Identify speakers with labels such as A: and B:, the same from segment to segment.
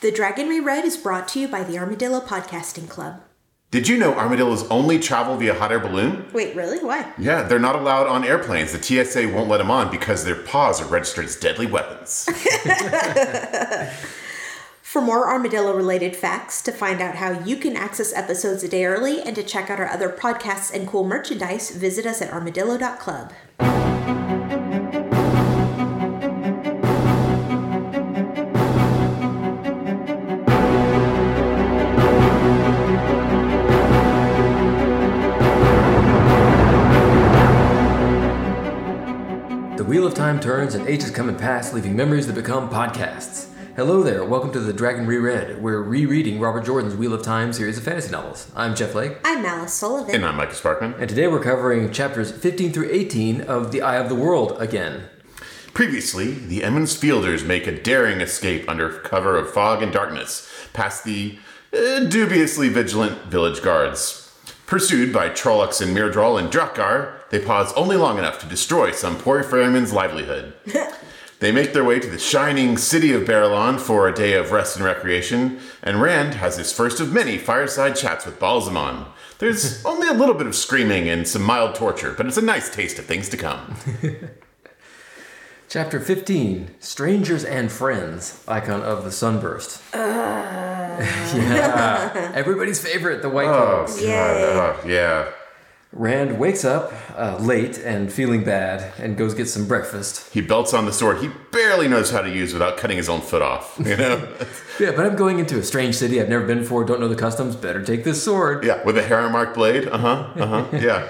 A: The Dragon Reread is brought to you by the Armadillo Podcasting Club.
B: Did you know armadillos only travel via hot air balloon?
A: Wait, really? Why?
B: Yeah, they're not allowed on airplanes. The TSA won't let them on because their paws are registered as deadly weapons.
A: For more armadillo related facts, to find out how you can access episodes a day early, and to check out our other podcasts and cool merchandise, visit us at armadillo.club.
C: The wheel of time turns and ages come and pass, leaving memories that become podcasts. Hello there, welcome to the Dragon Reread. We're rereading Robert Jordan's Wheel of Time series of fantasy novels. I'm Jeff Lake,
A: I'm Alice Sullivan.
B: and I'm Micah Sparkman.
C: and today we're covering chapters 15 through 18 of The Eye of the World again.
B: Previously, the Emmons Fielders make a daring escape under cover of fog and darkness past the uh, dubiously vigilant village guards. Pursued by Trollocs and Myrdral and Drakkar, they pause only long enough to destroy some poor ferryman's livelihood. They make their way to the shining city of Barillon for a day of rest and recreation, and Rand has his first of many fireside chats with Balsamon. There's only a little bit of screaming and some mild torture, but it's a nice taste of things to come.
C: Chapter 15 Strangers and Friends, icon of the sunburst. yeah. Everybody's favorite, the White
B: Oh,
C: Cloaks.
B: God,
A: Yay.
B: oh, yeah.
C: Rand wakes up uh, late and feeling bad and goes get some breakfast.
B: He belts on the sword he barely knows how to use without cutting his own foot off, you know?
C: Yeah, but I'm going into a strange city I've never been before, don't know the customs, better take this sword.
B: yeah, with a harrow marked blade. Uh huh, uh huh, yeah.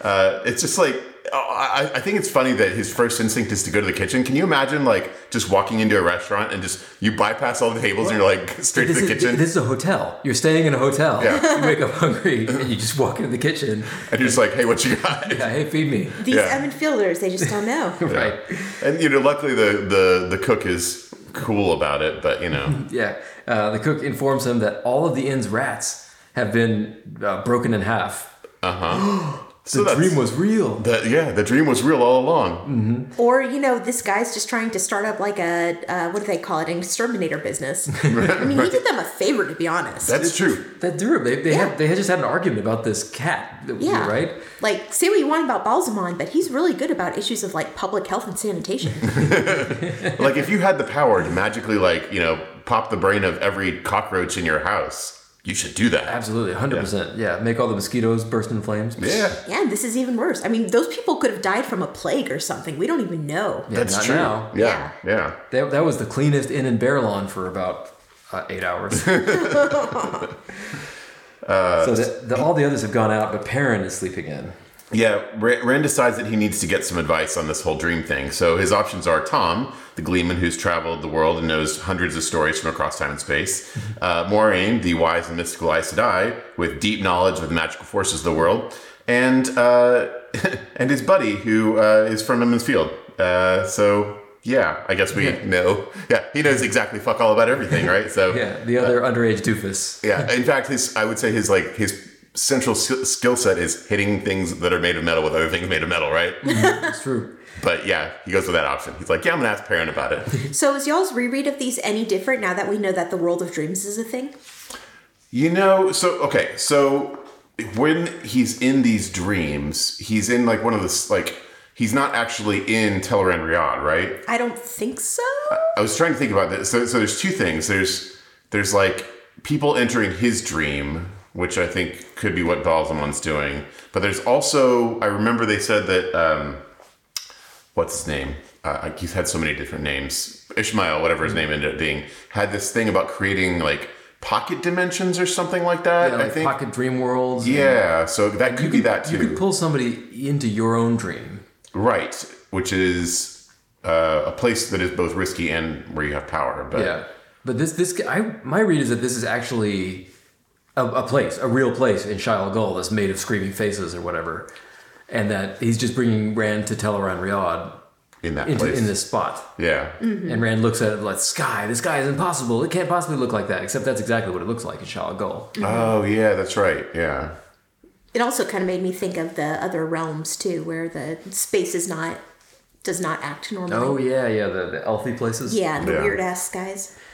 B: Uh, it's just like, oh, I, I think it's funny that his first instinct is to go to the kitchen. Can you imagine, like, just walking into a restaurant and just, you bypass all the tables and you're like, straight to
C: This
B: the
C: is,
B: kitchen?
C: this is a hotel. You're staying in a hotel.
B: Yeah.
C: You wake up hungry and you just walk into the kitchen.
B: and you're just like, hey, what you got?
C: Yeah, hey, feed me.
A: These
B: Yeah.
A: Evan Fielders, they just don't know.
C: Right.
B: And, you know, luckily the, the, the cook is cool about it, but, you know.
C: Yeah. Uh, the cook informs him that all of the inn's rats have been uh, broken in half.
B: so
C: the
B: that's-
C: dream was Mm. real.
B: that, yeah, the dream was real all along.
A: Or, you know, this guy's just trying to start up like a, uh, what do they call it, an exterminator business. I mean, he did them a favor, to be honest.
B: That's true.
C: That drew. They, they,
A: Yeah.
C: had, they had just had an argument about this cat. that-
A: yeah.
C: Right?
A: Like, say what you want about Balsamon, but he's really good about issues of like public health and sanitation.
B: like if you had the power to magically like you know pop the brain of every cockroach in your house you should do that
C: Absolutely. 100%. Yeah. Make all the mosquitoes burst in flames.
B: yeah
A: Yeah, and this is even worse. I mean, those people could have died from a plague or something. We don't even know.
C: Yeah,
B: that's
C: not
B: true
C: now.
B: yeah yeah
C: That, that was the cleanest inn in Barillon for about uh, eight hours. Uh, so the, the, all the others have gone out, but Perrin is sleeping in.
B: yeah Ra- rand decides that he needs to get some advice on this whole dream thing so his options are tom the gleeman who's traveled the world and knows hundreds of stories from across time and space uh, maureen the wise and mystical Aes Sedai, with deep knowledge of the magical forces of the world and uh, and his buddy who uh, is from Emmons Field. Uh, so yeah, I guess we know. Yeah, he knows exactly fuck all about everything, right? So
C: Yeah, Uh, the other underage doofus.
B: yeah. In fact, his I would say his like his central sk- skill set is hitting things that are made of metal with other things made of metal, right?
C: It's true.
B: but yeah, he goes with that option. He's like, yeah, I'm gonna ask Perrin about it.
A: So, is y'all's reread of these any different now that we know that the world of dreams is a thing?
B: you know, so okay, so when he's in these dreams, he's in like one of this like. He's not actually in Teleran Riyadh, right?
A: I don't think so.
B: I was trying to think about this. So, so there's two things. There's there's like people entering his dream, which I think could be what Balzamon's doing. But there's also I remember they said that um, what's his name? Uh, like, he's had so many different names. Ishmael, whatever his name ended up being, had this thing about creating like pocket dimensions or something like that.
C: Yeah, like
B: I think.
C: pocket dream worlds.
B: yeah, so that could be that too.
C: You could pull somebody into your own dream.
B: Right, which is uh, a place that is both risky and where you have power. But
C: Yeah, but this this guy- I my read is that this is actually a, a place, a real place in Shia Gul that's made of screaming faces or whatever, and that he's just bringing Rand to Teleron Riyadh
B: in that
C: into
B: place,
C: in this spot.
B: yeah.
C: And Rand looks at it like sky. This guy is impossible. It can't possibly look like that. Except that's exactly what it looks like in Shia Gul.
B: Oh yeah, that's right. Yeah,
A: It also kind of made me think of the other realms too, where the space is not does not act normally.
C: Oh yeah, yeah, the, the elfy places.
A: Yeah, and the
B: Yeah.
A: weird ass guys.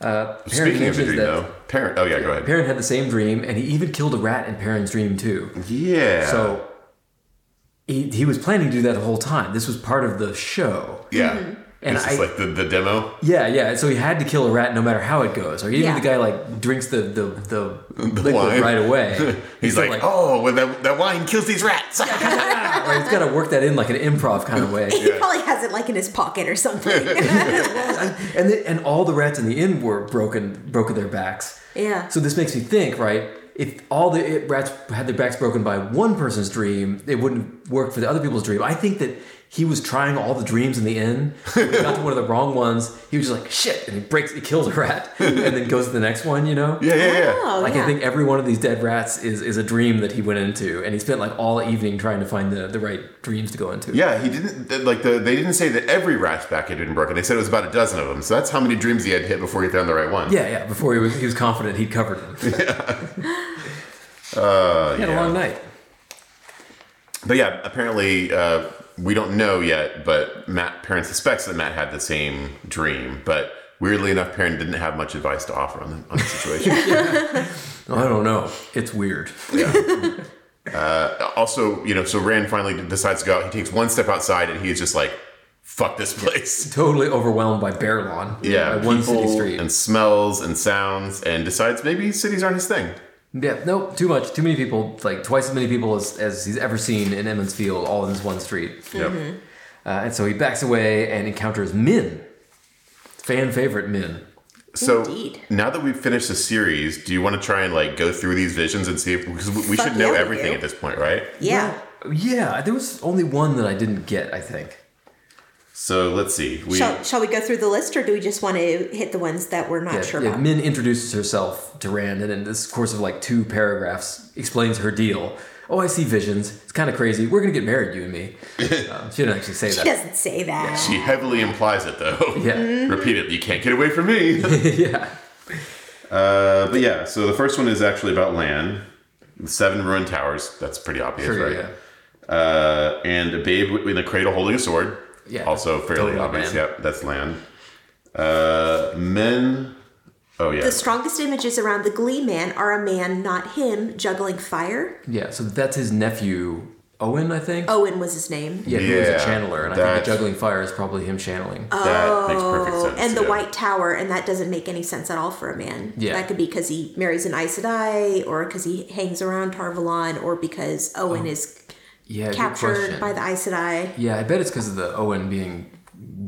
C: Uh, Perrin
B: Speaking of the
C: mentions
B: dream,
C: that
B: though, Perrin. Oh yeah, go ahead.
C: Perrin had the same dream, and he even killed a rat in Perrin's dream too.
B: Yeah.
C: So he, he was planning to do that the whole time. This was part of the show.
B: yeah,
C: And
B: it's just
C: I-
B: like the, the demo,
C: Yeah, yeah. So he had to kill a rat no matter how it goes. Or even
A: Yeah.
C: the guy like drinks the the, the, liquid
B: wine.
C: right away.
B: He's
C: still
B: like, oh, well, that, that wine kills these rats.
C: "Ah," right? He's got to work that in like an improv kind of way.
A: He probably has it like in his pocket or something.
C: and the, and all the rats in the inn were broken broken their backs.
A: Yeah.
C: So this makes me think, right? If all the it, rats had their backs broken by one person's dream, it wouldn't work for the other people's dream. I think that he was trying all the dreams in the inn. When he got to one of the wrong ones. He was just like shit, and he breaks, he kills a rat, and then goes to the next one. You know.
B: yeah, yeah, yeah.
A: Oh,
C: Like
A: yeah.
C: I think every one of these dead rats is is a dream that he went into, and he spent like all evening trying to find the the right dreams to go into.
B: Yeah, he didn't th- like the. They didn't say that every rat's back had been broken. They said it was about a dozen of them. So that's how many dreams he had hit before he found the right one.
C: yeah, yeah. Before he was he was confident he'd covered them.
B: Uh,
C: He had a long night.
B: But yeah, apparently uh, we don't know yet. But Matt Perrin suspects that Matt had the same dream. But weirdly enough, Perrin didn't have much advice to offer on the, on the situation.
C: I don't know. It's weird.
B: also, you know, so Rand finally decides to go out. He takes one step outside, and he's just like, "Fuck this place."
C: Totally overwhelmed by Bear Lawn.
B: Yeah,
C: by one city
B: people
C: street.
B: and smells and sounds, and decides maybe cities aren't his thing.
C: yeah, nope. Too much. Too many people. Like twice as many people as, as he's ever seen in Emmons Field, all in this one street.
B: Yep.
C: Uh, and so he backs away and encounters Min, fan favorite Min.
B: So
A: Indeed.
B: now that we've finished the series, do you want to try and like go through these visions and see if because we, we
A: Fuck
B: should
A: yeah,
B: know
A: we
B: everything
A: do.
B: at this point, right?
A: yeah.
C: Yeah, there was only one that I didn't get. I think.
B: So let's see. We
A: Shall, shall we go through the list, or do we just want to hit the ones that we're not
C: Yeah,
A: sure
C: yeah,
A: about?
C: Min introduces herself to Rand, and in this course of like two paragraphs, explains her deal. Oh, I see visions. It's kind of crazy. We're gonna get married, you and me. um, she didn't actually say
A: She
C: that.
A: doesn't say that.
B: she heavily implies it though.
C: Yeah.
B: Repeatedly, you can't get away from me.
C: yeah.
B: uh, but yeah, so the first one is actually about Lan, the seven ruined towers. That's pretty obvious,
C: Sure,
B: right?
C: yeah.
B: Uh, and a babe in the cradle holding a sword.
C: Yeah.
B: Also fairly
C: Totally
B: obvious.
C: Lan.
B: Yep, that's Lan. Uh, men. Oh yeah.
A: The strongest images around the Glee Man are a man, not him, juggling fire.
C: Yeah, so that's his nephew Owen, I think.
A: Owen was his name.
C: yeah, he was a
B: Yeah,
C: channeler, and I think
B: that's- Uh,
C: the juggling fire is probably him channeling.
B: that makes perfect
A: Oh,
B: sense.
A: and the
B: yeah.
A: White Tower, and that doesn't make any sense at all for a man.
C: Yeah.
A: That could be because he marries an Aes Sedai, or because he hangs around Tarvalon, or because Owen is
C: yeah, good
A: captured
C: question.
A: by the Aes Sedai.
C: Yeah, I bet it's because of the Owen being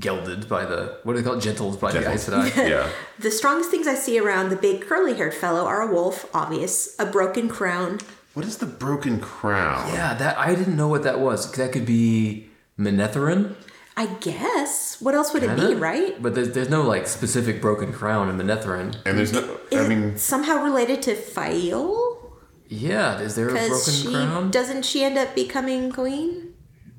C: gelded by the what do they call it? Gentles by
B: Gentles.
C: the Aes Sedai.
B: Yeah.
A: The strongest things I see around the big curly haired fellow are a wolf, obvious, a broken crown.
B: What is the broken crown?
C: yeah, that I didn't know what that was. That could be Manetherin,
A: I guess. What else would it be,
C: kinda?
A: right?
C: But there's, there's no like specific broken crown in Manetherin.
B: And there's no.
A: Is
B: I
A: it
B: mean,
A: somehow related to Fael?
C: Yeah, is there a broken
A: Because she
C: crown?
A: doesn't she end up becoming queen?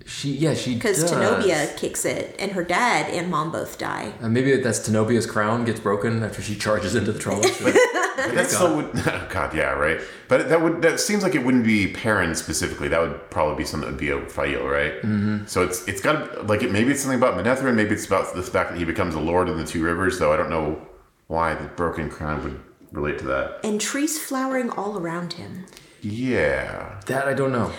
C: she yeah she
A: Because
C: does.
A: Tenobia kicks it, and her dad and mom both die.
C: Uh, maybe that's Tenobia's crown gets broken after she charges into the trolley.
B: that still would. Oh God, yeah, right. But that would. That seems like it wouldn't be Perrin specifically. That would probably be something that would be a Fael, right? Mm-hmm. So it's it's got to like it. Maybe it's something about Manetherin. Maybe it's about the fact that he becomes a lord in the Two Rivers. Though I don't know why the broken crown would relate to that.
A: And trees flowering all around him.
B: Yeah.
C: that I don't know.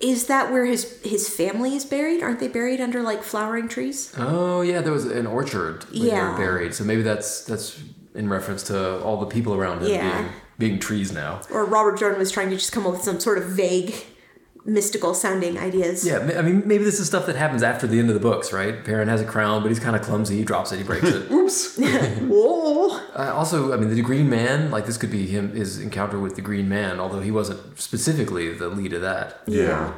A: Is that where his his family is buried? Aren't they buried under like flowering trees?
C: Oh yeah, there was an orchard where they
A: Yeah.
C: were buried. So maybe that's that's in reference to all the people around him
A: Yeah.
C: being being trees now.
A: Or Robert Jordan was trying to just come up with some sort of vague, mystical sounding ideas.
C: Yeah, ma- I mean maybe this is stuff that happens after the end of the books, right? Perrin has a crown, but he's kind of clumsy. He drops it, he breaks it.
B: Oops.
A: Whoa.
C: Uh, also, I mean the Green Man, like this could be him his encounter with the Green Man, although he wasn't specifically the lead of that.
B: yeah.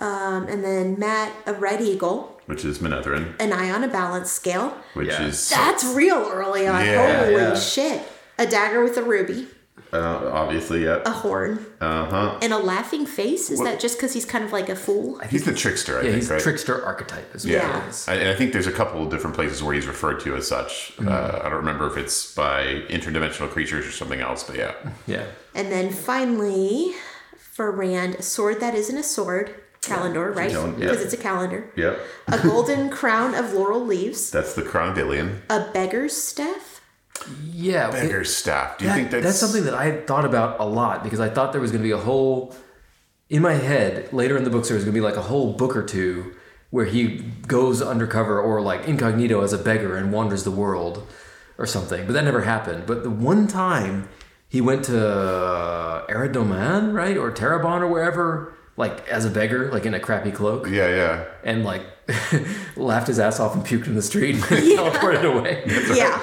A: Um, and then Matt, a red eagle,
B: Which is Manetherin.
A: an eye on a balance scale.
B: Which
C: Yeah.
B: is uh,
A: That's real early on.
B: Yeah,
A: Holy
C: yeah.
A: shit. A dagger with a ruby,
B: uh, obviously yeah.
A: a horn,
B: Uh huh.
A: and a laughing face. Is that just because he's kind of like a fool?
B: He's the trickster. I
C: Yeah,
B: think,
C: he's
B: right?
C: trickster archetype is what
A: Yeah.
C: it is.
B: I- And I think there's a couple of different places where he's referred to as such. Uh, I don't remember if it's by interdimensional creatures or something else, but yeah.
C: Yeah.
A: And then finally, for Rand, a sword that isn't a sword. Calendar, right?
B: calendar,
A: Because
B: yeah.
A: it's a calendar.
B: Yep.
A: A golden crown of laurel leaves.
B: That's the Chronodilion.
A: A beggar's staff.
C: yeah, it-
B: Beggar's staff. Do you
C: that-
B: think that's,
C: that's something that I had thought about a lot because I thought there was going to be a whole in my head later in the book there was going to be like a whole book or two where he goes undercover or like incognito as a beggar and wanders the world or something. But that never happened. But the one time he went to uh, Eridoman, right, or Terabon or wherever, like as a beggar, like in a crappy cloak
B: Yeah, yeah.
C: and like laughed his ass off and puked in the street and teleported away.
A: yeah.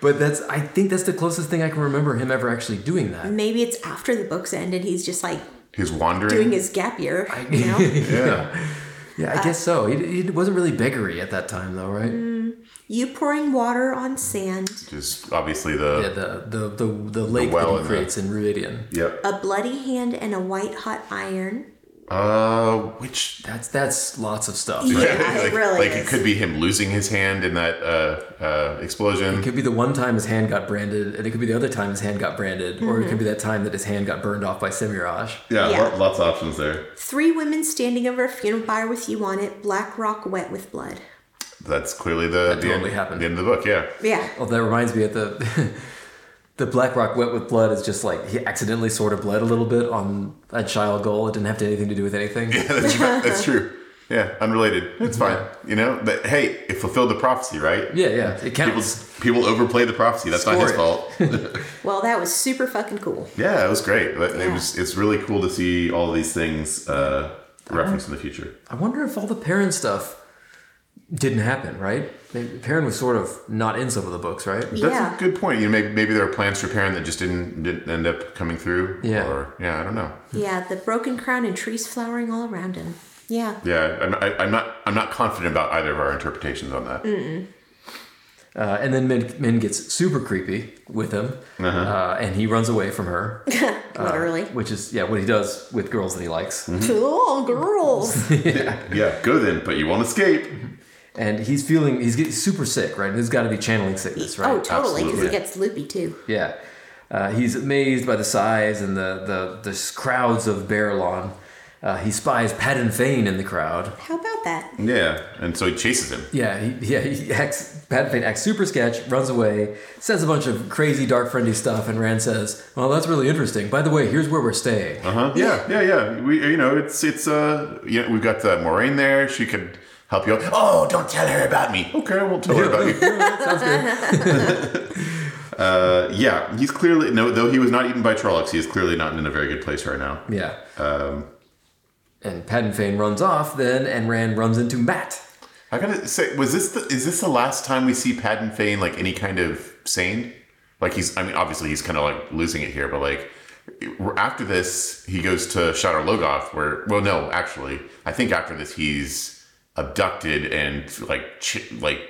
C: But that's I think that's the closest thing I can remember him ever actually doing that.
A: Maybe it's after the book's end and he's just like
B: He's wandering.
A: doing his gap year. You know?
B: yeah.
C: Yeah, I guess so. He, he wasn't really beggary at that time though, right?
A: Mm. you pouring water on sand,
B: Just obviously
C: Yeah,
B: the.
C: the the the, the lake
B: well
C: that
B: and
C: he
B: the-
C: creates in Ruidian.
B: Yep.
A: a bloody hand, and a white hot iron.
B: Uh, which.
C: That's that's lots of stuff.
A: Yeah,
C: Right?
A: it
B: like,
A: really
B: like
A: is.
B: it could be him losing his hand in that uh, uh, explosion.
C: It could be the one time his hand got branded, and it could be the other time his hand got branded, or it
A: Mm-hmm.
C: could be that time that his hand got burned off by Semiraj.
B: yeah,
A: Yeah.
B: lo- lots of options there.
A: Three women standing over a funeral pyre with you on it, black rock wet with blood.
B: That's clearly the, the,
C: totally
B: end,
C: happened.
B: the end of the book. Yeah.
A: Yeah.
C: Oh, that reminds me at the the Black Rock Wet with Blood is just like he accidentally sort of bled a little bit on a child goal. It didn't have to anything to do with anything.
B: That's, right. That's true. Yeah, unrelated. It's fine. You know, but hey, it fulfilled the prophecy, right?
C: yeah, yeah, it
B: People,
C: counts.
B: people overplay the prophecy. That's not his
C: Score
B: fault.
A: Well, that was super fucking cool.
B: yeah, it was great. But It
A: Yeah.
B: was. It's really cool to see all these things uh, referenced in the future.
C: I wonder if all the Perrin stuff didn't happen, right? Maybe Perrin was sort of not in some of the books, right?
B: That's
A: yeah.
B: a good point. You know, maybe, maybe there are plans for Perrin that just didn't, didn't end up coming through.
C: Yeah.
B: Or yeah, I don't know.
A: Yeah, the broken crown and trees flowering all around him. Yeah.
B: Yeah, I'm, I, I'm not. I'm not confident about either of our interpretations on that.
C: Uh, and then Min, Min gets super creepy with him, uh and he runs away from her, Uh,
A: Literally.
C: which is yeah what he does with girls that he likes.
A: Mm-hmm. Cool girls.
B: Yeah, go then, but you won't escape.
C: And he's feeling he's getting super sick, right? He's got to be channeling sickness, right?
A: Oh, totally, because
B: Absolutely.
A: he gets loopy too.
C: Yeah. Uh, he's amazed by the size and the, the, the s- crowds of Barillon. Uh, he spies Padden Fane in the crowd.
A: How about that?
B: Yeah, and so he chases him.
C: Yeah, he, yeah, he acts, Padden Fane acts super sketch, runs away, says a bunch of crazy dark friendly stuff, and Rand says, Well, that's really interesting. By the way, here's where we're staying.
B: Uh-huh. Yeah, yeah, yeah. We, you know, it's it's uh, yeah, we've got the Moraine there. She could help you. out. Oh, don't tell her about me. Okay, I won't tell her about you.
C: Sounds good.
B: Uh, yeah, he's clearly no. Though he was not eaten by Trollocs, he is clearly not in a very good place right now.
C: Yeah. Um, and Padden Fane runs off then, and Rand runs into Matt.
B: I gotta say, was this the is this the last time we see Patton Fane like any kind of sane? Like he's, I mean, obviously he's kind of like losing it here, but like after this, he goes to Shadar Logoth, where well, no, actually, I think after this he's abducted and like ch- like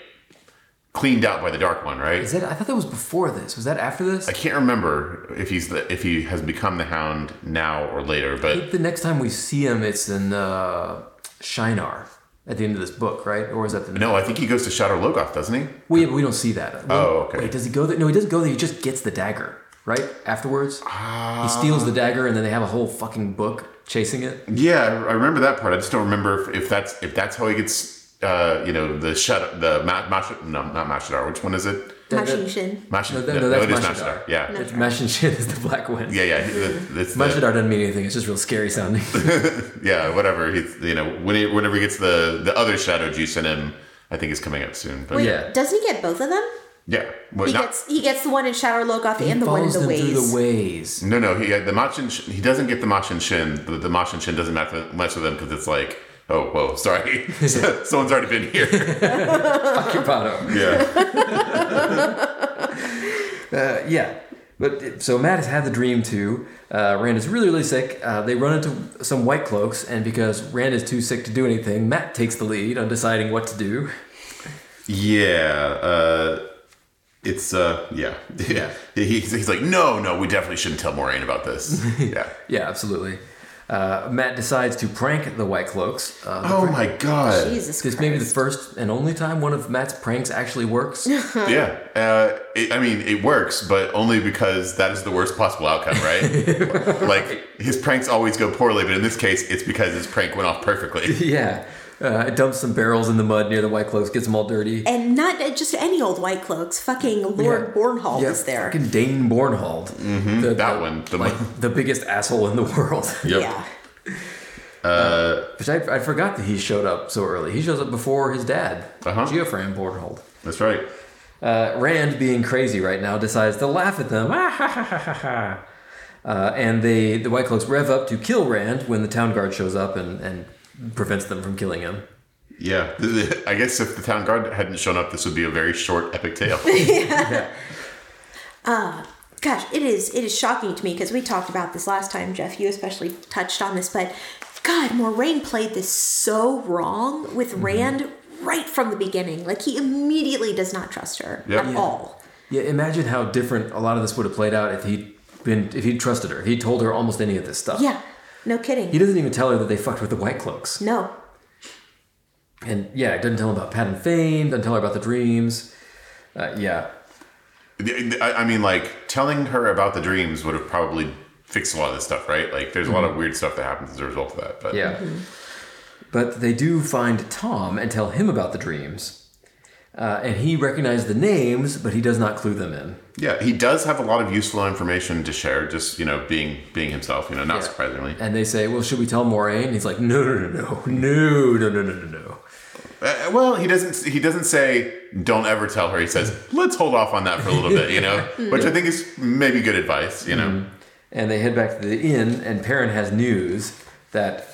B: cleaned out by the Dark One, right?
C: Is that, I thought that was before this. Was that after this?
B: I can't remember if he's the, if he has become the Hound now or later,
C: I
B: but
C: think the next time we see him, it's in uh, Shinar at the end of this book, right? Or is that the
B: no, I think he goes to Shadar Logoth, doesn't he?
C: Well, yeah, but we don't see that. We-
B: Oh, okay.
C: Wait, does he go there? No, he doesn't go there. He just gets the dagger, right? Afterwards,
B: Ah.
C: he steals the dagger, and then they have a whole fucking book chasing it.
B: Yeah, I- I remember that part. I just don't remember if, if that's if that's how he gets. Uh, you know the shut the ma- mash no not Mashadar. Which one is it?
C: That- that-
A: Mashing shin.
B: Mash
C: No, that- no, that's
B: it is
C: Mashadar.
B: Mashadar. Yeah.
C: That's Mesh and Shin is the black one.
B: yeah, yeah, the- it's the-
C: Mashadar doesn't mean anything. It's just real scary sounding.
B: yeah, whatever. He's you know when he, whenever he gets the the other shadow juice in him, I think is coming up soon. But
A: Wait,
C: Yeah.
A: doesn't he get both of them?
B: yeah, well,
A: He
B: not-
A: gets he gets the one in Shadow Logoth
C: he
A: and the one in
C: follows
A: the
C: them
A: ways.
C: through the ways.
B: no, no. He the Machin Shin, he doesn't get the Machin Shin. The, the Machin Shin doesn't matter much to them because it's like oh whoa sorry someone's already been here.
C: Occupado.
B: Yeah,
C: Uh, yeah. But so Matt has had the dream too. Uh, Rand is really, really sick. Uh, they run into some white cloaks, and because Rand is too sick to do anything, Matt takes the lead on deciding what to do.
B: yeah. Uh, it's uh yeah yeah he's, he's like no no we definitely shouldn't tell Moraine about this yeah
C: Yeah, absolutely. Uh, Matt decides to prank the White Cloaks. Uh,
B: oh my god
A: Jesus
C: this
A: Christ.
C: may be the first and only time one of Matt's pranks actually works.
B: yeah uh, it, I mean it works but only because that is the worst possible outcome right like his pranks always go poorly but in this case it's because his prank went off perfectly
C: yeah. Uh, it dumps some barrels in the mud near the White Cloaks, gets them all dirty.
A: And not uh, just any old White Cloaks. Fucking Lord
C: Yeah.
A: Bornhall
C: Yeah,
A: is there.
C: Fucking Dane Bornhold. The-
B: Mm-hmm. That
C: the-
B: one, the
C: like
B: mo-
C: the biggest asshole in the world.
B: Yep.
A: Yeah.
C: Which I, I forgot that he showed up so early. He shows up before his dad,
B: Uh-huh.
C: Geofran Bornhold.
B: That's right.
C: Uh, Rand, being crazy right now, decides to laugh at them. Ah, ha, ha, ha, ha, ha. Uh, and they, the White Cloaks rev up to kill Rand when the town guard shows up and, and prevents them from killing him.
B: Yeah. I guess if the town guard hadn't shown up, this would be a very short epic tale.
A: Gosh, it is it is shocking to me because we talked about this last time, Jeff. You especially touched on this, but God, Moraine played this so wrong with
B: Mm-hmm.
A: Rand right from the beginning. Like he immediately does not trust her
B: Yep.
A: at
B: Yeah.
A: all.
C: Yeah, imagine how different a lot of this would have played out if he'd been if he'd trusted her. He told her almost any of this stuff.
A: Yeah, no kidding.
C: He doesn't even tell her that they fucked with the White Cloaks.
A: no,
C: And yeah, it doesn't tell him about Pat and Fane, doesn't tell her about the dreams. Uh, yeah.
B: I I mean, like, telling her about the dreams would have probably fixed a lot of this stuff, right? Like, there's a lot of weird stuff that happens as a result of that. But
C: Mm-hmm. Yeah. But they do find Tom and tell him about the dreams. Uh, and he recognizes the names, but he does not clue them in.
B: Yeah, he does have a lot of useful information to share. Just you know, being being himself. You know, not
C: Yeah.
B: surprisingly.
C: And they say, Well, should we tell Moraine? He's like, No, no, no, no, no, no, no, no, no, no.
B: Uh, well, he doesn't. He doesn't say don't ever tell her. He says let's hold off on that for a little bit. You know,
C: Mm-hmm.
B: which I think is maybe good advice. You know,
C: And they head back to the inn, and Perrin has news that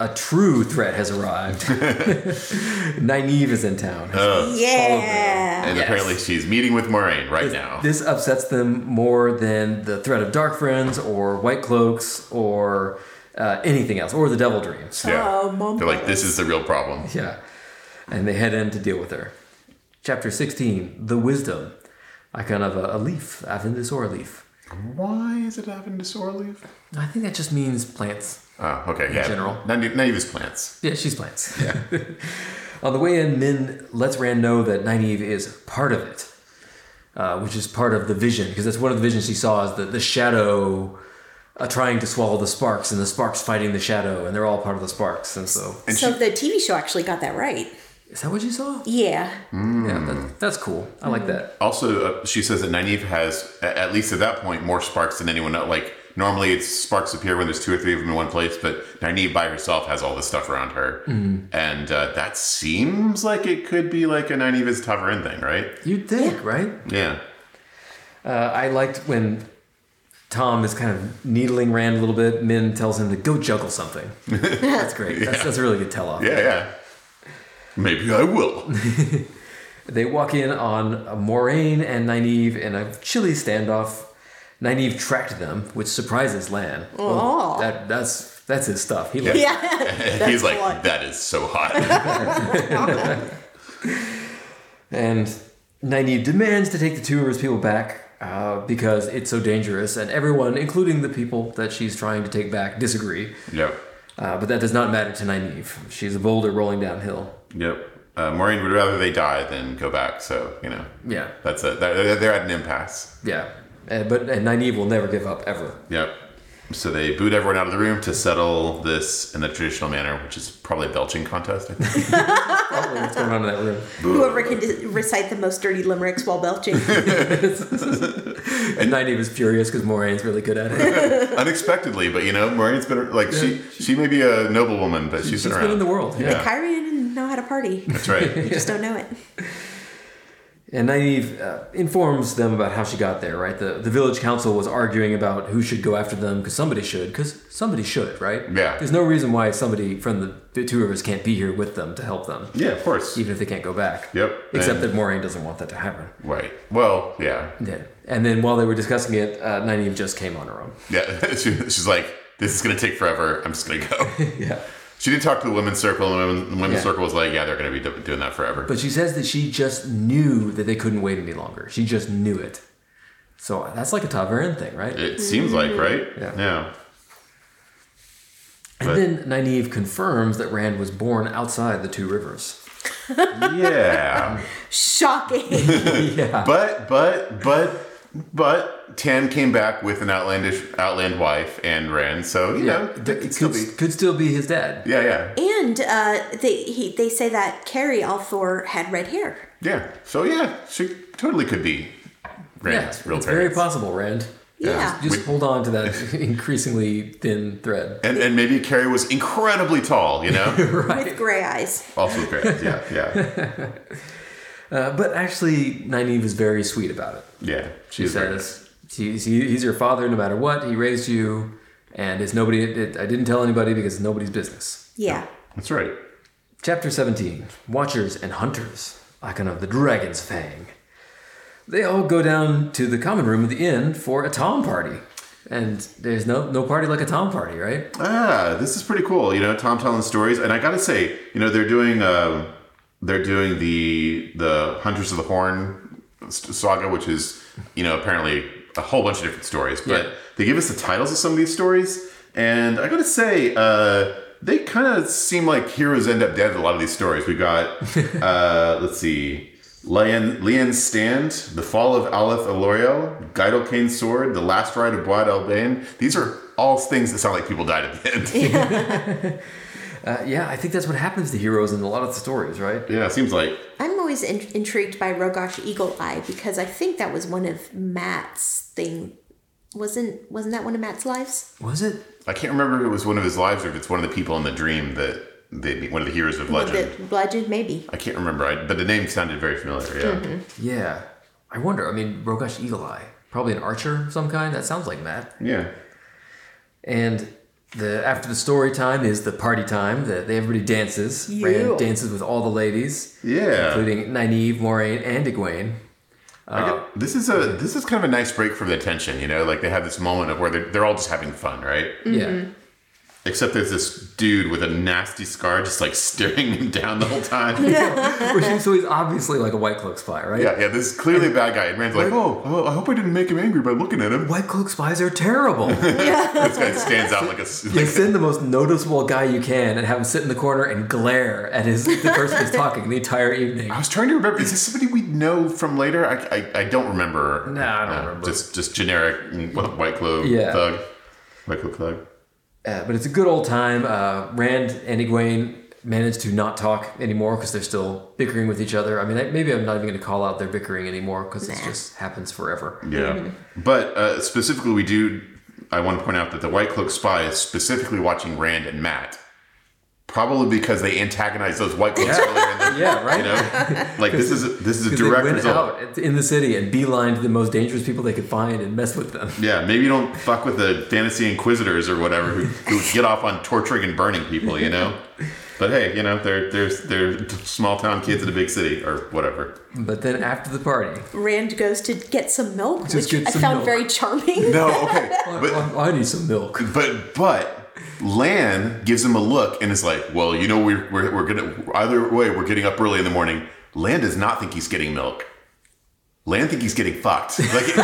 C: a true threat has arrived. Nynaeve is in town.
A: Oh. yeah.
B: and
C: Yes.
B: apparently she's meeting with Moraine right now.
C: This upsets them more than the threat of dark friends or white cloaks or uh, anything else or the devil dreams.
B: yeah,
A: Oh, mom
B: they're like this is the real problem.
C: Yeah. And they head in to deal with her. Chapter 16 The Wisdom. Icon of a, a leaf, Avendisaur leaf.
B: Why is it happening to sore leaf?
C: I think that just means plants.
B: Oh, okay, yeah.
C: general.
B: Nynaeve Nynaeve is plants.
C: Yeah, she's plants. On the way in, Min lets Rand know that Nynaeve is part of it, uh, which is part of the vision, because that's one of the visions she saw is the, the shadow uh, trying to swallow the sparks, and the sparks fighting the shadow, and they're all part of the sparks. And so,
A: So the TV show actually got that right.
C: is that what you saw? Hmm.
A: Yeah.
B: Mm.
C: Yeah, that, that's cool. I like that.
B: Also, uh, she says that Nynaeve has, a- at least at that point, more sparks than anyone else. Like, normally it's sparks appear when there's two or three of them in one place, but Nynaeve by herself has all this stuff around her. And uh, that seems like it could be like a Nynaeve is Tavarin thing, right?
C: You'd think, right?
B: Yeah.
C: Uh, I liked when Tom is kind of needling Rand a little bit. Min tells him to go juggle something. that's great. That's, that's a really good tell off.
B: Yeah, yeah. Maybe I will.
C: They walk in on Moraine and Nynaeve in a chilly standoff. Nynaeve tracked them, which surprises Lan. Oh,
A: Aw.
C: that, that's that's his stuff. He
B: Yeah.
C: likes it.
A: Yeah.
B: He's like,
A: what-
B: that is so hot.
C: And Nynaeve demands to take the two of his people back uh, because it's so dangerous, and everyone, including the people that she's trying to take back, disagree.
B: yep.
C: Uh, but that does not matter to Nynaeve. She's a boulder rolling downhill.
B: Yep. Uh, Maureen would rather they die than go back, so, you know.
C: Yeah,
B: That's it. They're, they're at an impasse.
C: yeah. Uh, but and Nynaeve will never give up ever.
B: Yep. So they boot everyone out of the room to settle this in the traditional manner, which is probably a belching contest. I think.
C: Probably what's going on in that room.
A: Whoever can de- recite the most dirty limericks while belching.
C: And Nynaeve is furious because Moraine's really good at it.
B: Unexpectedly, but you know, Maureen's been like she, she may be a noblewoman, but she's been
C: She's
B: around.
C: been in the world. Yeah.
B: Yeah.
A: Kyrie didn't know how to party.
B: That's right.
A: You just don't know it.
C: And Nynaeve uh, informs them about how she got there, right? The, the village council was arguing about who should go after them because somebody should, because somebody should, right?
B: Yeah.
C: There's no reason why somebody from the, the two rivers can't be here with them to help them,
B: yeah, of course.
C: even if they can't go back.
B: Yep.
C: Except
B: And-
C: that Moraine doesn't want that to happen.
B: Right. Well, yeah,
C: Yeah. And then while they were discussing it, uh, Nynaeve just came on her own.
B: yeah. She, she's like, this is gonna take forever. I'm just gonna go.
C: Yeah.
B: she did talk to the women's circle, and the women- the women's,
C: Yeah.
B: circle was like, yeah, they're gonna be do- doing that forever.
C: But she says that she just knew that they couldn't wait any longer. She just knew it. So that's like a Taverin thing, right?
B: it seems like, right?
C: Yeah.
B: yeah.
C: And then Nynaeve confirms that Rand was born outside the Two Rivers.
B: Yeah.
A: Shocking.
C: yeah.
B: But but but But Tam came back with an outlandish outland wife and ran, so you know it
C: d-
B: could
C: could,
B: still be.
C: could still be his dad.
B: Yeah, yeah,
A: And uh, they he, they say that Carrie Althor had red hair.
B: yeah. So yeah, she totally could be.
C: Yeah,
B: Rand's
C: it's
B: real
C: very
B: parents.
C: possible, Rand.
A: Yeah.
C: Just hold on to that increasingly thin thread.
B: and and maybe Carrie was incredibly tall, you know.
A: With gray eyes.
B: also great. Yeah, yeah,
C: Uh, but actually, Nynaeve is very sweet about it.
B: yeah.
C: She
B: She's very
C: says, he's, he- he's your father no matter what. He raised you, and it's nobody. It, I didn't tell anybody because it's nobody's business.
A: Yeah.
B: That's right.
C: Chapter 17 Watchers and Hunters, Icon of the Dragon's Fang. They all go down to the common room of the inn for a Tom party. And there's no, no party like a Tom party, right?
B: Ah, this is pretty cool. You know, Tom telling stories, and I gotta say, you know, they're doing um, they're doing the the Hunters of the Horn s- saga, which is you know apparently a whole bunch of different stories, but
C: Yeah.
B: they give us the titles of some of these stories, and I gotta say, uh, they kind of seem like heroes end up dead in a lot of these stories. We got uh, let's see. Leon, Leon Stand, The Fall of Aleth Alorio, Guidal Kane's Sword, The Last Ride of Boad Elbain. These are all things that sound like people died at the end.
C: Uh, yeah, I think that's what happens to heroes in a lot of the stories, right?
B: Yeah, it seems like.
A: I'm always in- intrigued by Rogosh Eagle Eye because I think that was one of Matt's thing. Wasn't wasn't that one of Matt's lives?
C: Was it?
B: I can't remember if it was one of his lives or if it's one of the people in the dream that they meet, one of the heroes of
A: Well,
B: legend.
A: The legend, maybe.
B: I can't remember, I, but the name sounded very familiar. Yeah.
C: Yeah. I wonder. I mean, Rogosh Eagle Eye. Probably an archer of some kind. That sounds like Matt.
A: Mm-hmm.
B: Yeah.
C: And the after the story time is the party time. That they- everybody dances. Rand
A: Yeah.
C: dances with all the ladies,
B: Yeah.
C: including Nynaeve, Moraine, and Egwene.
B: I got- this is a this is kind of a nice break from the tension, you know. Like they have this moment of where they're, they're all just having fun, right?
C: Yeah.
B: Except there's this dude with a nasty scar, just like staring him down the whole time. yeah,
C: Which is- so he's obviously like a White Cloak spy, right?
B: yeah. This is clearly a bad guy, and Rand's like, "Oh, oh, I hope I didn't make him angry by looking at him."
C: White Cloak spies are terrible.
B: this guy stands out like a s-
C: they
B: like,
C: send the most noticeable guy you can and have him sit in the corner and glare at his the person who's talking the entire evening.
B: I was trying to remember. Is this somebody we know from later? I, I, I don't remember. Uh,
C: No, I don't remember.
B: Just just generic mm, wh- white glove
C: Yeah.
B: thug, white glove thug.
C: Uh, but it's a good old time. Uh, Rand and Egwene manage to not talk anymore because they're still bickering with each other. I mean, I, maybe I'm not even going to call out their bickering anymore because it
A: Nah.
C: just happens forever.
B: Yeah, but uh, specifically, we do. I want to point out that the white cloak spy is specifically watching Rand and Matt, probably because they antagonized those white cloaks earlier. In the,
C: Yeah, right.
B: You know, like this is a, this is a
C: 'Cause they
B: direct
C: went
B: result.
C: out at- in the city and beelined the most dangerous people they could find and messed with them.
B: Yeah, maybe you don't fuck with the fantasy inquisitors or whatever who, who get off on torturing and burning people, you know. But hey, you know they're they're they're small town kids in a big city or whatever.
C: But then after the party,
A: Rand goes to get some milk,
C: Just
A: which
C: get
A: I
C: some
A: found
C: milk.
A: very charming.
B: No, okay, but
C: I, I need some milk.
B: but but Lan gives him a look and is like, well, you know we're we're, we're gonna either way we're getting up early in the morning. Lan does not think he's getting milk. Lan think he's getting fucked. Like, it,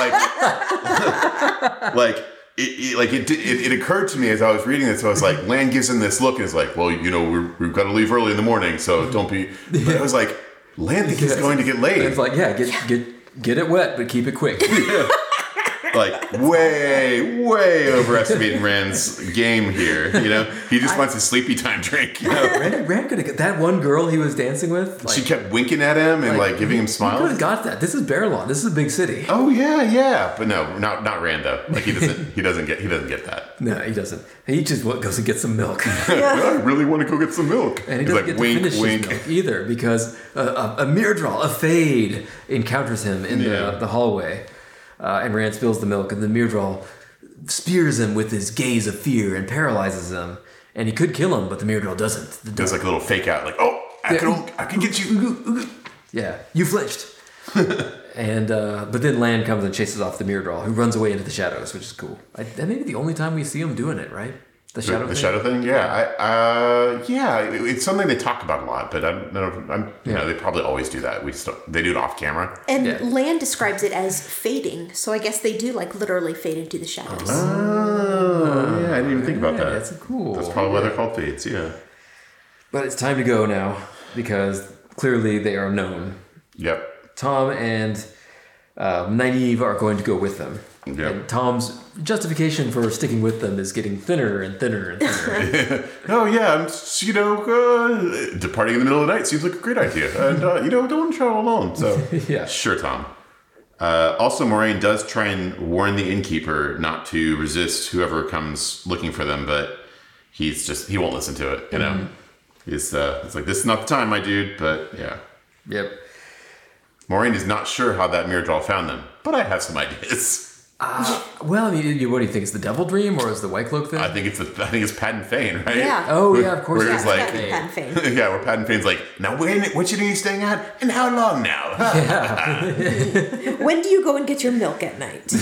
B: like, like, like, it, it, like it, did- it, it occurred to me as I was reading this. I was like, Lan gives him this look and is like, well, you know, we're, we've got to leave early in the morning, so don't be. But I was like, Lan think he's
C: Yeah.
B: going to get
C: And
B: laid.
C: it's like, yeah, get get get it wet, but keep it quick.
B: Like, way, way overestimating Rand's game here. You know, he just wants his sleepy time drink. You know?
C: Rand, Rand could have that one girl he was dancing with. Like,
B: she kept winking at him and like, giving him
C: could have
B: smiles.
C: got that. This is Barrelon. This is a big city.
B: Oh yeah, yeah, but no, not not Rand though. Like he doesn't, he doesn't get, he doesn't get that. "Oh,
C: No, he doesn't. He just wa- goes and gets some milk.
B: I really want to go get some milk.
C: And he doesn't get to finish his milk either because a, a, a Myrdral, a Fade, encounters him in
B: Yeah.
C: the, the hallway. Uh, and Rand spills the milk, and the Myrdral spears him with his gaze of fear and paralyzes him. And he could kill him, but the Myrdral doesn't. The
B: There's
C: dog-
B: like a little fake out, like, oh, I
C: Yeah.
B: can, I can get you.
C: yeah, you flinched. and uh, but then Lan comes and chases off the Myrdral, who runs away into the shadows, which is cool. I, that may be the only time we see him doing it, right? The shadow.
B: The, the
C: thing?
B: shadow thing, yeah, I, uh, yeah, it- it's something they talk about a lot, but I don't know. if- I'm, you know, they probably always do that. We still, they do it off camera.
A: And
C: Yeah.
A: Land describes it as fading, so I guess they do like literally fade into the shadows.
C: Ah,
B: Oh, yeah, I didn't even think about
C: Yeah,
B: that.
C: that's cool.
B: That's probably why they're called fades. Yeah.
C: But it's time to go now because clearly they are known.
B: Yep.
C: Tom and um, naive are going to go with them.
B: Yeah.
C: And Tom's justification for sticking with them is getting thinner and thinner and thinner.
B: Oh yeah, I'm, s- you know, uh, departing in the middle of the night seems like a great idea, and uh, you know, don't want to travel alone. So
C: Yeah.
B: sure, Tom. Uh, also, Moraine does try and warn the innkeeper not to resist whoever comes looking for them, but he's just he won't listen to it. You know,
C: Mm-hmm.
B: he's uh, it's like this is not the time, my dude. But yeah,
C: yep.
B: Moraine is not sure how that Miradol found them, but I have some ideas.
C: Well, I mean, you- what do you think? Is the devil dream or is the white cloak thing?
B: I think it's the, I think it's Pat and Fane, right?
A: Yeah.
C: oh yeah, of course.
B: Where
A: Yeah,
B: it's
A: it's
B: like-
A: gotta be Pat and Fane.
B: yeah, where Pat and Fane's like, now wait a minute, which are you staying at, and how long now? Huh?"
A: When do you go and get your milk at night?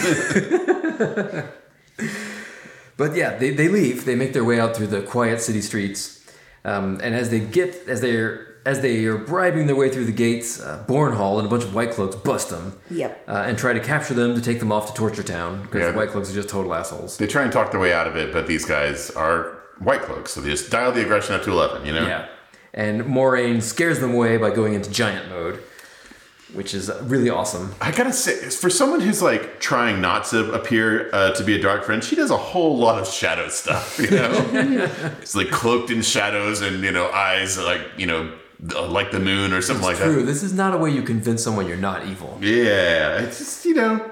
C: But yeah, they, they leave. They make their way out through the quiet city streets, um, and as they get as they're as they are bribing their way through the gates, uh, Bornhall and a bunch of White Cloaks bust them.
A: Yep.
C: Uh, and try to capture them to take them off to Torture Town because
B: Yeah.
C: the White Cloaks are just total assholes.
B: They try and talk their way out of it, but these guys are white cloaks, so they just dial the aggression up to eleven. You know,
C: Yeah. And Moraine scares them away by going into giant mode, which is uh, really awesome.
B: I gotta say, for someone who's like trying not to appear uh, to be a dark friend, she does a whole lot of shadow stuff. You know, it's like cloaked in shadows and you know eyes like you know uh, like the moon or something like
C: True, this is not a way you convince someone you're not evil.
B: that. Yeah, it's just you know,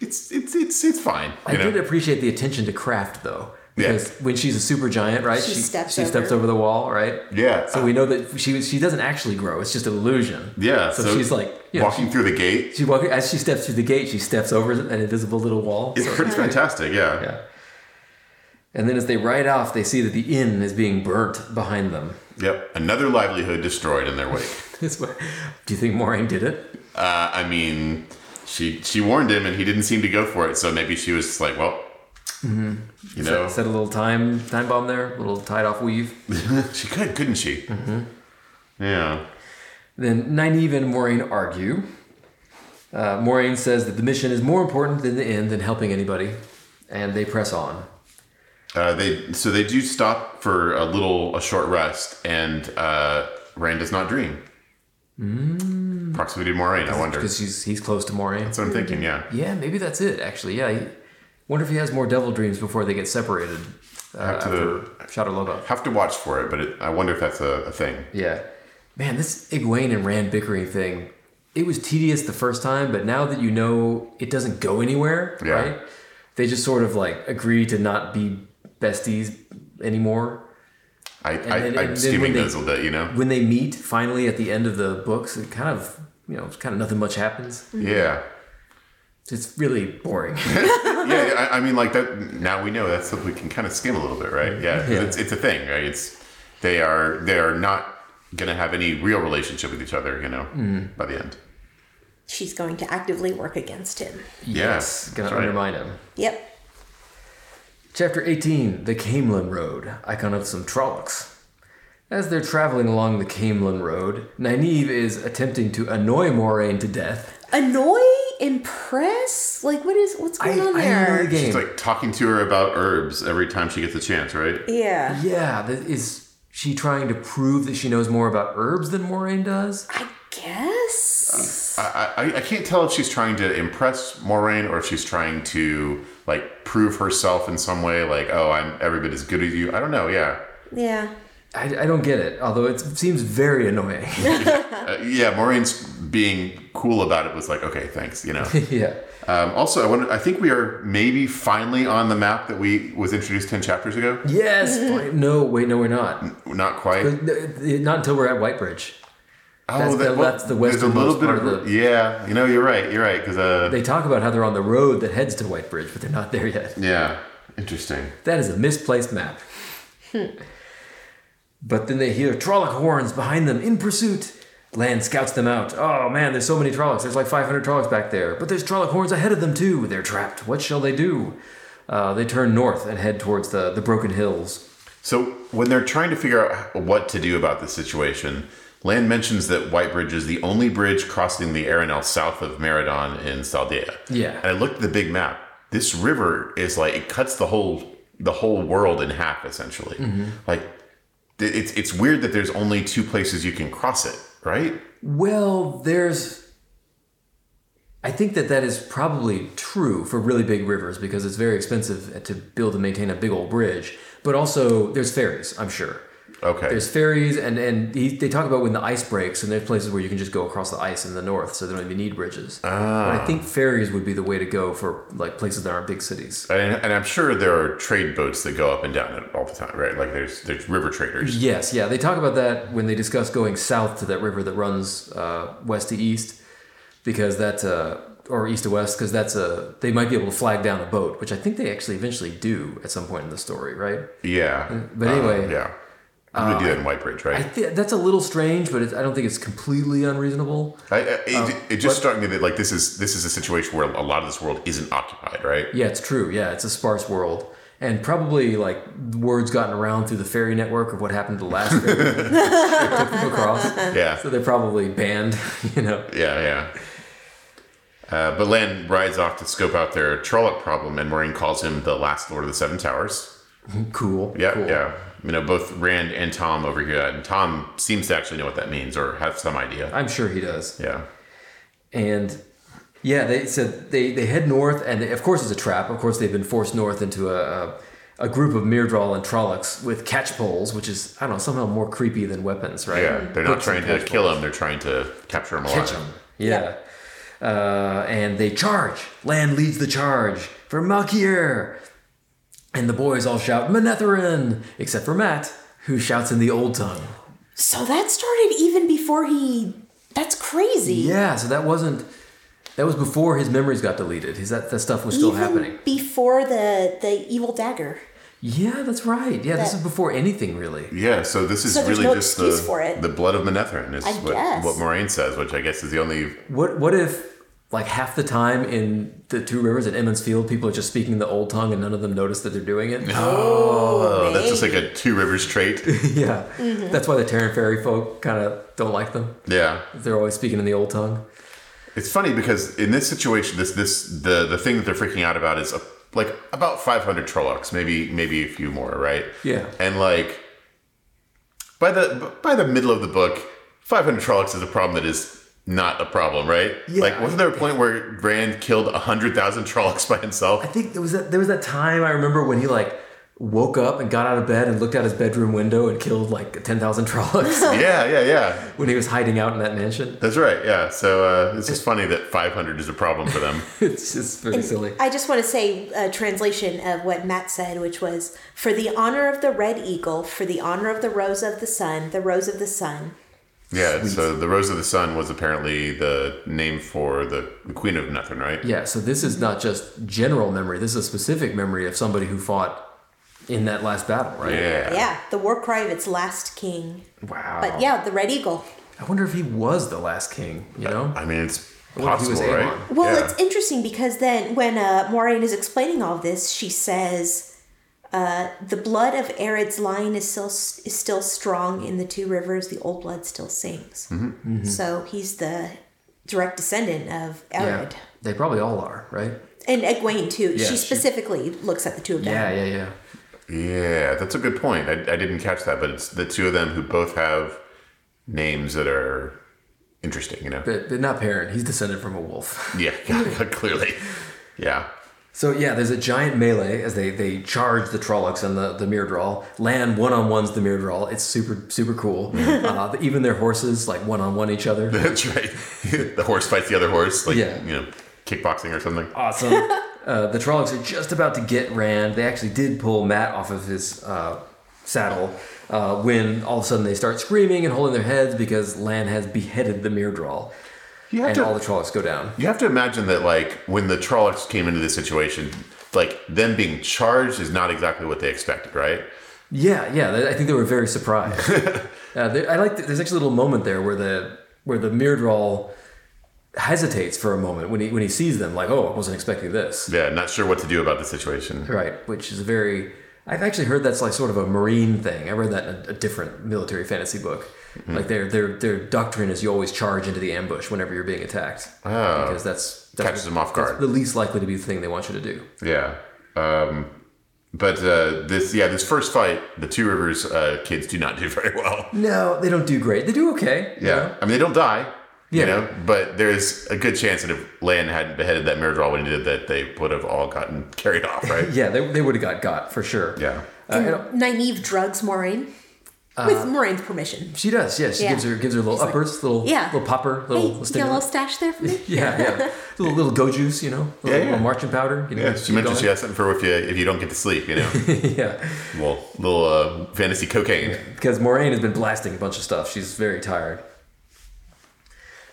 B: it's it's it's it's fine. You
C: I
B: know?
C: did appreciate the attention to craft though.
B: Yeah.
C: Because when she's a super giant, right?
A: She steps
C: she steps
A: over.
C: over the wall, right?
B: Yeah.
C: So we know that she she doesn't actually grow; it's just an illusion.
B: Yeah,
C: So,
B: so
C: she's like you know,
B: walking through the gate.
C: She, she walk as she steps through the gate. She steps over an invisible little wall.
B: It's pretty fantastic. Yeah.
C: yeah. And then as they ride off, they see that the inn is being burnt behind them.
B: Yep. Another livelihood destroyed in their wake.
C: This way. Do you think Moraine did it?
B: Uh, I mean, she she warned him, and he didn't seem to go for it. So maybe she was just like, "Well,
C: Mm-hmm.
B: you know,
C: Set a little time time bomb there, a little tied off weave.
B: she could, couldn't she?"
C: Mm-hmm.
B: Yeah,
C: Then Nynaeve and Moraine argue. Uh, Moraine says that the mission is more important than the end than helping anybody, and they press on.
B: uh, they so they do stop for a little a short rest, and uh, Rand does not dream.
C: Mm.
B: Proximity to Moraine, I wonder.
C: because
B: That's
C: he's he's close to Moraine.
B: what I'm thinking. Yeah,
C: Yeah, maybe that's it. Actually, yeah. He, wonder if he has more devil dreams before they get separated uh,
B: After the-
C: after Shadow Loba.
B: have to watch for it, but it, I wonder if that's a, a thing.
C: Yeah, man, this Egwene and Rand bickering thing. It was tedious the first time, but now that you know it doesn't go anywhere,
B: Yeah.
C: right? They just sort of like agree to not be besties anymore.
B: I, I,
C: then- and
B: I'm
C: then
B: skimming
C: when they-
B: those a bit, you know.
C: When they meet finally at the end of the books, it kind of you know, it's kind of nothing much happens.
B: Yeah.
C: It's really boring.
B: yeah, I, I mean, like that. Now we know that's something we can kind of skim a little bit, right? Yeah, 'cause
C: Yeah.
B: It's, it's a thing, right? It's they are they are not going to have any real relationship with each other, you know, by the end.
A: She's going to actively work against him.
B: Yes,
C: gonna
B: that's right.
C: undermine him.
A: Yep.
C: Chapter 18 The Camelin Road, Icon of Some Trollocs. As they're traveling along the Camelin Road, Nynaeve is attempting to annoy Moraine to death.
A: Annoy, impress? Like what is what's
C: I,
A: going on
C: I don't know
A: there?
C: the game.
B: It's like talking to her about herbs every time she gets a chance, right?
A: yeah.
C: yeah, that is she trying to prove that she knows more about herbs than Moraine does?
A: I guess.
B: I, I, I can't tell if she's trying to impress Moraine or if she's trying to like prove herself in some way, like oh, I'm every bit as good as you. I don't know. Yeah,
C: Uh.
A: yeah.
C: I, I don't get it, although it seems very annoying.
B: uh, yeah. Moraine's being cool about it was like, okay, thanks, you know.
C: yeah.
B: Um, also, I wonder, I think we are maybe finally on the map that we was introduced ten chapters ago.
C: Yes! fine. No, wait, no, we're not.
B: Not quite.
C: But no, not until we're at Whitebridge. that's the-
B: Oh, well,
C: that's the
B: there's a little
C: westernmost
B: bit
C: part
B: of,
C: of the-
B: yeah. You know, you're right. You're right because uh,
C: They talk about how they're on the road that heads to Whitebridge, but they're not there yet.
B: yeah, interesting.
C: That is a misplaced map. but then they hear Trolloc horns behind them in pursuit. Land scouts them out. Oh man, there's so many Trollocs. There's like 500 Trollocs back there. But there's Trolloc horns ahead of them too. They're trapped. What shall they do? Uh, they turn north and head towards the, the Broken Hills.
B: So when they're trying to figure out what to do about this situation, Land mentions that Whitebridge is the only bridge crossing the Arenal south of Meridon in Saldea.
C: Yeah.
B: And I looked at the big map. This river is like it cuts the whole the whole world in half essentially.
C: Mm-hmm.
B: Like th- it's it's weird that there's only two places you can cross it, right?
C: Well, there's. I think that that is probably true for really big rivers because it's very expensive to build and maintain a big old bridge. But also, there's ferries, I'm sure.
B: Okay.
C: There's ferries, and and he, they talk about when the ice breaks, and there's places where you can just go across the ice in the north, so they don't even need bridges. Ah. I think ferries would be the way to go for like places that aren't big cities.
B: and, and I'm sure there are trade boats that go up and down it all the time, right? Like there's there's river traders.
C: Yes, yeah, they talk about that when they discuss going south to that river that runs uh, west to east, because that's uh, or east to west, because that's a they might be able to flag down a boat, which I think they actually eventually do at some point in the story, right?
B: Yeah.
C: But anyway. uh,
B: yeah. You would do that in White Bridge,
C: I
B: right?
C: th- that's a little strange, but it's I don't think it's completely unreasonable.
B: I, I, it, it just struck me that like this is this is a situation where a lot of this world isn't occupied, right?
C: Yeah, it's true. Yeah, it's a sparse world. And probably like words gotten around through the ferry network of what happened to the last ferry that took them across.
B: Yeah.
C: So they're probably banned, you know.
B: Yeah, yeah. Uh, but Lan rides off to scope out their Trolloc problem, and Moraine calls him the last Lord of the Seven Towers.
C: Cool.
B: Yeah,
C: cool.
B: yeah. You know, both Rand and Tom overhear that, and Tom seems to actually know what that means or have some idea.
C: I'm sure he does.
B: Yeah.
C: And yeah, they said they, they head north, and of course it's a trap. Of course they've been forced north into a, a, a group of Myrdral and Trollocs with catch poles, which is, I don't know, somehow more creepy than weapons, right?
B: Yeah. They're not
C: Hooks
B: trying
C: and
B: to
C: catch
B: kill him, they're trying to capture him alive.
C: catch them. Yeah. Uh, and they charge. Land leads the charge for Malkier. And the boys all shout, Manetherin! Except for Matt, who shouts in the old tongue.
A: So that started even before he. That's crazy.
C: Yeah, so that wasn't. That was before his memories got deleted. His, that, that stuff was still
A: even
C: happening.
A: before the the evil dagger.
C: Yeah, that's right. Yeah, this
A: That-
C: is before anything, really.
B: Yeah, so this is
A: So there's
B: really
A: no
B: just
A: excuse
B: the,
A: for it.
B: the blood of Manetherin is
A: I
B: what,
A: guess.
B: what Moraine says, which I guess is the only
C: What What if, like, half the time in the Two Rivers at Emmons Field, people are just speaking the old tongue and none of them notice that they're doing it?
A: Oh,
B: that's just like a two rivers trait.
C: Yeah,
A: Mm-hmm.
C: that's why the Terran fairy folk kind of don't like them.
B: yeah.
C: They're always speaking in the old tongue.
B: It's funny because in this situation, this this the the thing that they're freaking out about is uh like about 500 Trollocs, maybe maybe a few more, right?
C: Yeah.
B: And like by the by the middle of the book, 500 Trollocs is a problem that is not a problem, right?
C: Yeah.
B: Like wasn't there a point where Rand killed 100,000 Trollocs by
C: I
B: himself?
C: think there was that there was that time I remember when he like woke up and got out of bed and looked out his bedroom window and killed like ten thousand Trollocs
B: yeah, yeah, yeah.
C: when he was hiding out in that mansion.
B: That's right. Yeah. So uh, it's just funny that 500 is a problem for them.
C: It's just very silly.
A: I just want to say a translation of what Matt said, which was for the honor of the red eagle, for the honor of the rose of the sun, the rose of the sun.
B: yeah. So the Rose of the Sun was apparently the name for the, the Queen of Nothing, right?
C: Yeah, so this is not just general memory. This is a specific memory of somebody who fought in that last battle, right?
B: Yeah.
A: Yeah, the war cry of its last king.
C: Wow.
A: But yeah, the red eagle.
C: I wonder if he was the last king. You know,
B: I mean, it's
C: What if he was
B: possible,
C: Aemon?
B: right?
A: Well,
B: yeah.
A: it's interesting because then when uh, Moraine is explaining all this, she says, uh, "The blood of Arid's line is still is still strong in the two rivers. The old blood still sings."
C: Mm-hmm.
A: So he's the direct descendant of
C: yeah,
A: Arid
C: they probably all are, right?
A: and Egwene too.
C: Yeah,
A: she
C: she-
A: specifically looks at the two of them.
C: Yeah, yeah, yeah.
B: yeah, that's a good point. I, I didn't catch that, but it's the two of them who both have names that are interesting, you know?
C: But, but not parent. He's descended from a wolf.
B: Yeah, clearly. Yeah.
C: So yeah, there's a giant melee as they they charge the Trollocs and the the Myrdral. Land one on ones the Myrdral. It's super super cool. uh, even their horses like one on one each other.
B: That's right. the horse fights the other horse, like,
C: Yeah.
B: you know, kickboxing or something.
C: Awesome. uh, the Trollocs are just about to get Rand. They actually did pull Matt off of his uh, saddle uh, when all of a sudden they start screaming and holding their heads because Land has beheaded the Myrdral,
B: You have
C: and
B: to
C: all the Trollocs go down.
B: you have to imagine that like when the Trollocs came into this situation, like them being charged is not exactly what they expected, right?
C: Yeah, yeah. they- I think they were very surprised. uh, there- I like. that There's actually a little moment there where the where the Myrdral hesitates for a moment when he when he sees them, like, oh, I wasn't expecting this.
B: Yeah, not sure what to do about the situation.
C: Right, which is very. I've actually heard that's like sort of a marine thing. I read that in a, a different military fantasy book.
B: Mm-hmm.
C: Like their their their doctrine is you always charge into the ambush whenever you're being attacked
B: Oh.
C: because that's, that's
B: Catches them off
C: that's
B: guard.
C: the least likely to be the thing they want you to do.
B: Yeah. Um, but uh, this, yeah, this first fight, the Two Rivers uh, kids do not do very well.
C: No, they don't do great. They do okay. you
B: Yeah. I mean, they don't die, You
C: Yeah.
B: know, but there's a good chance that if Lan hadn't beheaded that Mirador when he did that, they would have all gotten carried off, right?
C: Yeah, they, they would have got got for sure.
B: yeah.
C: Uh, and
A: Nynaeve drugs Moraine with
C: Uh,
A: Moraine's permission.
C: she does. Yeah, she
A: Yeah.
C: gives her gives her little
A: like-
C: uppers, little
A: Yeah.
C: little popper,
A: Hey,
C: little
A: you got a little
C: stimulant.
A: stash there for me?
C: Yeah, yeah, little little go juice, you know, little,
B: Yeah, yeah.
C: little marching powder. You know,
B: Yeah,
C: keep
B: she mentioned
C: going.
B: she has something for if you if you don't get to sleep, you know.
C: yeah,
B: well, little uh, fantasy cocaine.
C: because Moraine has been blasting a bunch of stuff. She's very tired.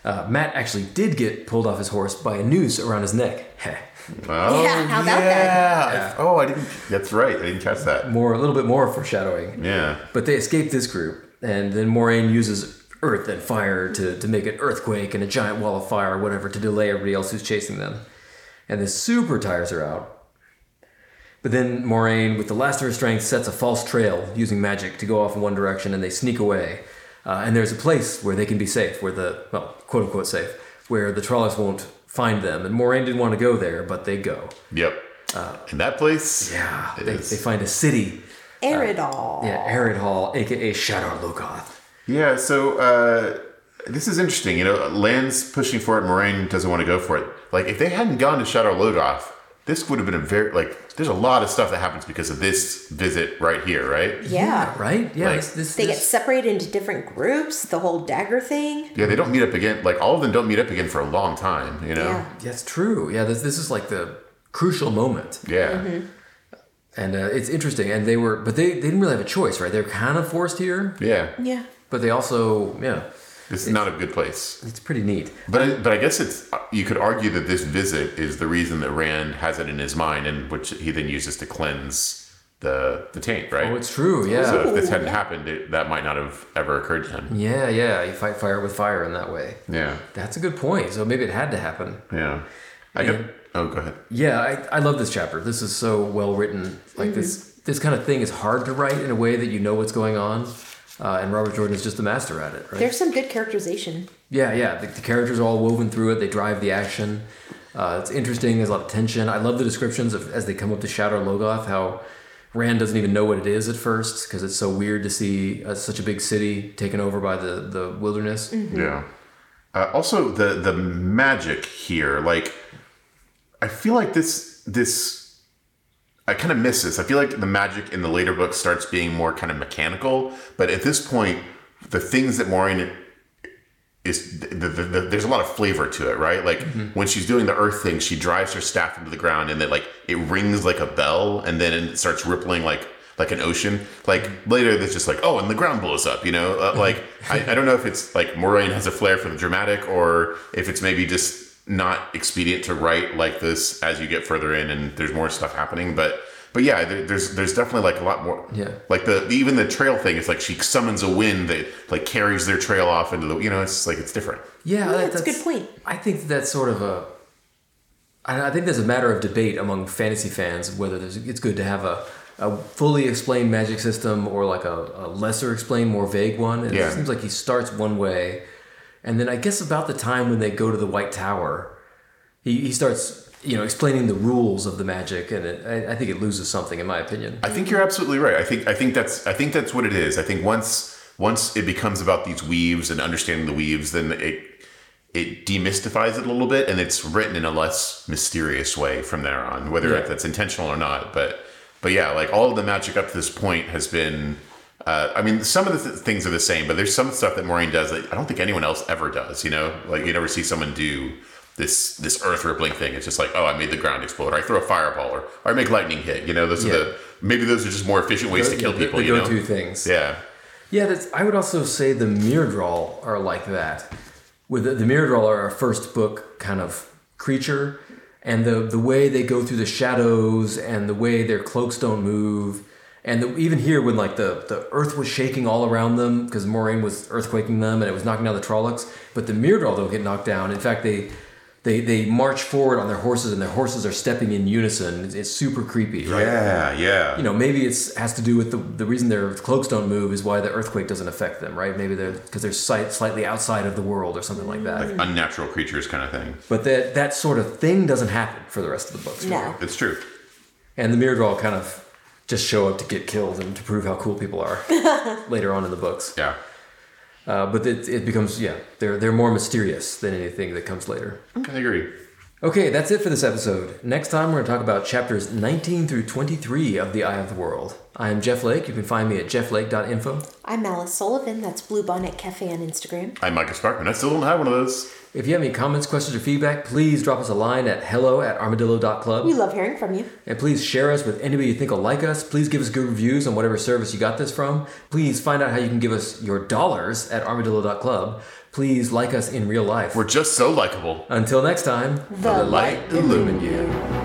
C: Uh, Matt actually did get pulled off his horse by a noose around his neck. Heh.
B: Oh,
A: Yeah, how about
B: yeah.
A: that?
B: I- Oh, I didn't. That's right. I didn't catch that.
C: more, a little bit more foreshadowing.
B: Yeah.
C: But they escape this group, and then Moraine uses earth and fire to, to make an earthquake and a giant wall of fire or whatever to delay everybody else who's chasing them. And this super tires her out. But then Moraine, with the last of her strength, sets a false trail using magic to go off in one direction, and they sneak away. Uh, and there's a place where they can be safe, where the, well, quote unquote safe, where the trawlers won't find them. And Moraine didn't want to go there, but they go.
B: Yep. In that place.
C: Yeah,
B: it
C: they,
B: is.
C: they find a city.
A: Aridol.
C: Yeah, Arid Hall, aka Shadar Logoth.
B: Yeah, so uh, this is interesting. You know, Land's pushing for it, Moraine doesn't want to go for it. Like, if they hadn't gone to Shadow Logoth, this would have been a very, like, there's a lot of stuff that happens because of this visit right here, right?
A: Yeah.
C: right? Yeah,
B: Like-
C: this, this,
A: They get
C: this-
A: separated into different groups, the whole dagger thing.
B: Yeah, they don't meet up again. Like, all of them don't meet up again for a long time, you know?
A: Yeah.
C: that's true. Yeah, this, this is like the crucial moment.
B: Yeah.
C: And uh, it's interesting. And they were, but they, they didn't really have a choice, right? They were kind of forced here,
B: Yeah.
A: Yeah.
C: but they also, yeah,
B: This is not a good place.
C: it's pretty neat.
B: But I, but I guess it's, you could argue that this visit is the reason that Rand has it in his mind and which he then uses to cleanse the, the taint, right?
C: Oh, it's true. Yeah.
B: so if this
A: Ooh,
B: hadn't
A: yeah.
B: happened, it, that might not have ever occurred to him.
C: Yeah, yeah. You fight fire with fire in that way.
B: Yeah.
C: That's a good point. So maybe it had to happen.
B: Yeah. I don't- oh, go ahead.
C: Yeah, I, I love this chapter. This is so well written. Like this this kind of thing is hard to write in a way that you know what's going on. Uh, and Robert Jordan is just a master at it, right?
A: There's some good characterization.
C: Yeah, yeah. The, the characters are all woven through it. They drive the action. Uh, it's interesting. There's a lot of tension. I love the descriptions of as they come up to Shadow Logoth, how Rand doesn't even know what it is at first because it's so weird to see uh, such a big city taken over by the, the wilderness.
B: Yeah. Uh, also, the the magic here, like, I feel like this this I kind of miss this. I feel like the magic in the later books starts being more kind of mechanical, but at this point, the things that Maureen is the, the, the, there's a lot of flavor to it, right? Like when she's doing the earth thing, she drives her staff into the ground, and then like it rings like a bell, and then it starts rippling like like an ocean. Like later, that's just like oh, and the ground blows up, you know. Uh, like I, I don't know if it's like Moraine has a flair for the dramatic, or if it's maybe just not expedient to write like this as you get further in and there's more stuff happening, but. But yeah, there, there's there's definitely like a lot more.
C: Yeah.
B: Like the even the trail thing, it's like she summons a wind that like carries their trail off into the you know it's like it's different.
C: Yeah,
A: Yeah, that's a good point.
C: I think that that's sort of a. I I think there's a matter of debate among fantasy fans whether there's, it's good to have a, a fully explained magic system or like a, a lesser explained, more vague one. And
B: Yeah.
C: It seems like he starts one way, and then I guess about the time when they go to the White Tower, he, he starts you know explaining the rules of the magic, and it, I, I think it loses something in my opinion.
B: I think you're absolutely right. I think I think that's I think that's what it is. I think once once it becomes about these weaves and understanding the weaves, then it it demystifies it a little bit, and it's written in a less mysterious way from there on, whether
C: Yeah.
B: that's intentional or not. But but yeah, like all of the magic up to this point has been. Uh, I mean, some of the th- things are the same, but there's some stuff that Maureen does that I don't think anyone else ever does. You know, like you never see someone do this this earth rippling thing. It's just like, oh, I made the ground explode, or I throw a fireball, or, or I make lightning hit. You know, those are
C: Yeah.
B: the maybe those are just more efficient ways to kill
C: Yeah, the-
B: people.
C: the,
B: you know,
C: go-to things.
B: yeah,
C: Yeah, that's, I would also say the Mirrodral are like that. With the, the Mirrodral are our first book kind of creature, and the the way they go through the shadows and the way their cloaks don't move, and the, even here when like the the earth was shaking all around them because Moraine was earthquaking them and it was knocking down the Trollocs, but the Mirrodral don't get knocked down. In fact, they. They, they march forward on their horses and their horses are stepping in unison. It's, it's super creepy, right?
B: yeah, yeah.
C: you know, maybe it's has to do with the, the reason their cloaks don't move is why the earthquake doesn't affect them, right? Maybe they're because they're sight, slightly outside of the world or something like that.
B: Mm. unnatural creatures kind of thing.
C: But that that sort of thing doesn't happen for the rest of the books. really.
A: No.
B: It's true.
C: And the Mirrodol kind of just show up to get killed and to prove how cool people are later on in the books.
B: Yeah,
C: Uh, but it, it becomes yeah, they're they're more mysterious than anything that comes later.
B: I agree.
C: Okay, that's it for this episode. Next time, we're going to talk about chapters 19 through 23 of The Eye of the World. I am Jeff Lake. You can find me at jefflake.info.
A: I'm Alice Sullivan. That's Bluebonnet Cafe on Instagram.
B: I'm Michael Sparkman. I still don't have one of those.
C: If you have any comments, questions, or feedback, please drop us a line at hello at armadillo.club.
A: We love hearing from you.
C: And please share us with anybody you think will like us. Please give us good reviews on whatever service you got this from. Please find out how you can give us your dollars at armadillo.club. Please like us in real life.
B: We're just so likable.
C: Until next time,
A: The
B: Light illumine you.